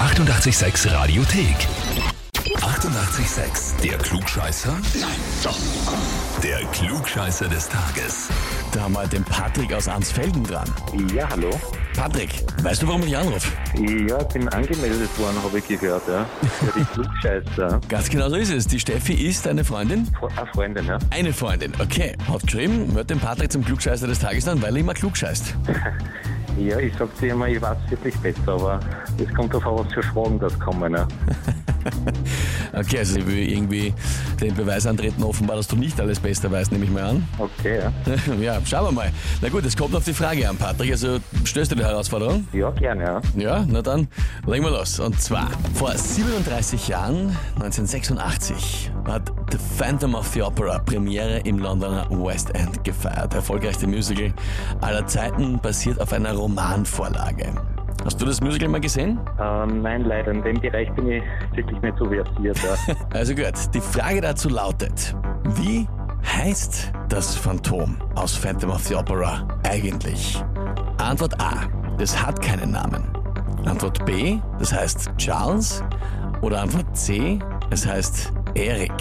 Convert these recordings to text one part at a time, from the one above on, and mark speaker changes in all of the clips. Speaker 1: 886 Radiothek. 88,6. Der Klugscheißer? Nein, doch. Der Klugscheißer des Tages.
Speaker 2: Da haben wir den Patrick aus Ansfelden dran.
Speaker 3: Ja, hallo.
Speaker 2: Patrick, weißt du, warum ich anrufe?
Speaker 3: Ja, bin angemeldet worden, habe ich gehört, ja. Für die Klugscheißer.
Speaker 2: Ganz genau so ist es. Die Steffi ist eine Freundin.
Speaker 3: Fre- ah, Freundin, ja.
Speaker 2: Eine Freundin, okay. Hat geschrieben, hört den Patrick zum Klugscheißer des Tages an, weil er immer klugscheißt.
Speaker 3: Ja, ich sag dir immer, ich weiß wirklich besser, aber es kommt darauf an, was für Fragen das kommen, ja.
Speaker 2: Okay, also sie will irgendwie den Beweis antreten, offenbar, dass du nicht alles Beste weißt, nehme ich mal an.
Speaker 3: Okay, ja.
Speaker 2: Ja, schauen wir mal. Na gut, es kommt auf die Frage an, Patrick. Also stößt du die Herausforderung?
Speaker 3: Ja, gerne, ja.
Speaker 2: Ja, na dann legen wir los. Und zwar, vor 37 Jahren, 1986, hat The Phantom of the Opera Premiere im Londoner West End gefeiert. Erfolgreichste Musical aller Zeiten, basiert auf einer Romanvorlage. Hast du das Musical mal gesehen?
Speaker 3: Ähm, nein, leider, in dem Bereich bin ich wirklich nicht so versiert, ja.
Speaker 2: Also gut, die Frage dazu lautet, wie heißt das Phantom aus Phantom of the Opera eigentlich? Antwort A, das hat keinen Namen. Antwort B, das heißt Charles. Oder Antwort C, es heißt Eric.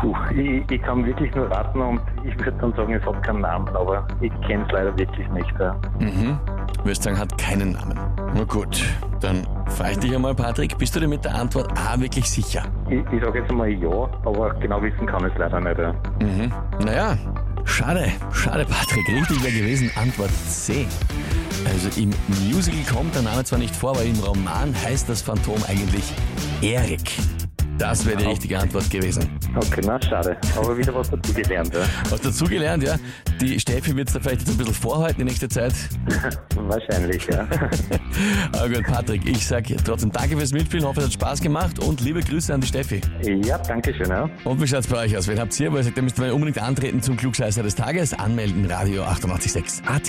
Speaker 3: Puh, ich, ich kann wirklich nur raten und ich würde dann sagen, es hat keinen Namen, aber ich kenne es leider wirklich nicht, ja.
Speaker 2: Mhm. Würdest sagen, hat keinen Namen. Na gut, dann frage ich dich einmal, Patrick, bist du dir mit der Antwort A wirklich sicher?
Speaker 3: Ich, ich sage jetzt mal ja, aber genau wissen kann ich es leider nicht, ja.
Speaker 2: Mhm. Naja, schade, schade, Patrick. Richtig wäre gewesen Antwort C. Also im Musical kommt der Name zwar nicht vor, weil im Roman heißt das Phantom eigentlich Erik. Das wäre die richtige Antwort gewesen.
Speaker 3: Okay, na schade. Aber wieder was dazu gelernt, ja.
Speaker 2: Hast dazu gelernt, ja? Die Steffi wird es da vielleicht jetzt ein bisschen vorhalten in nächster Zeit.
Speaker 3: Wahrscheinlich, ja.
Speaker 2: Aber gut, Patrick, ich sag trotzdem danke fürs Mitspielen, hoffe, es hat Spaß gemacht und liebe Grüße an die Steffi.
Speaker 3: ja, danke schön, ja.
Speaker 2: Und wie schaut's bei euch aus? Wen habt ihr, wo ihr sagt, ihr müsst mal unbedingt antreten zum Klugscheißer des Tages? Anmelden, Radio 886 AT.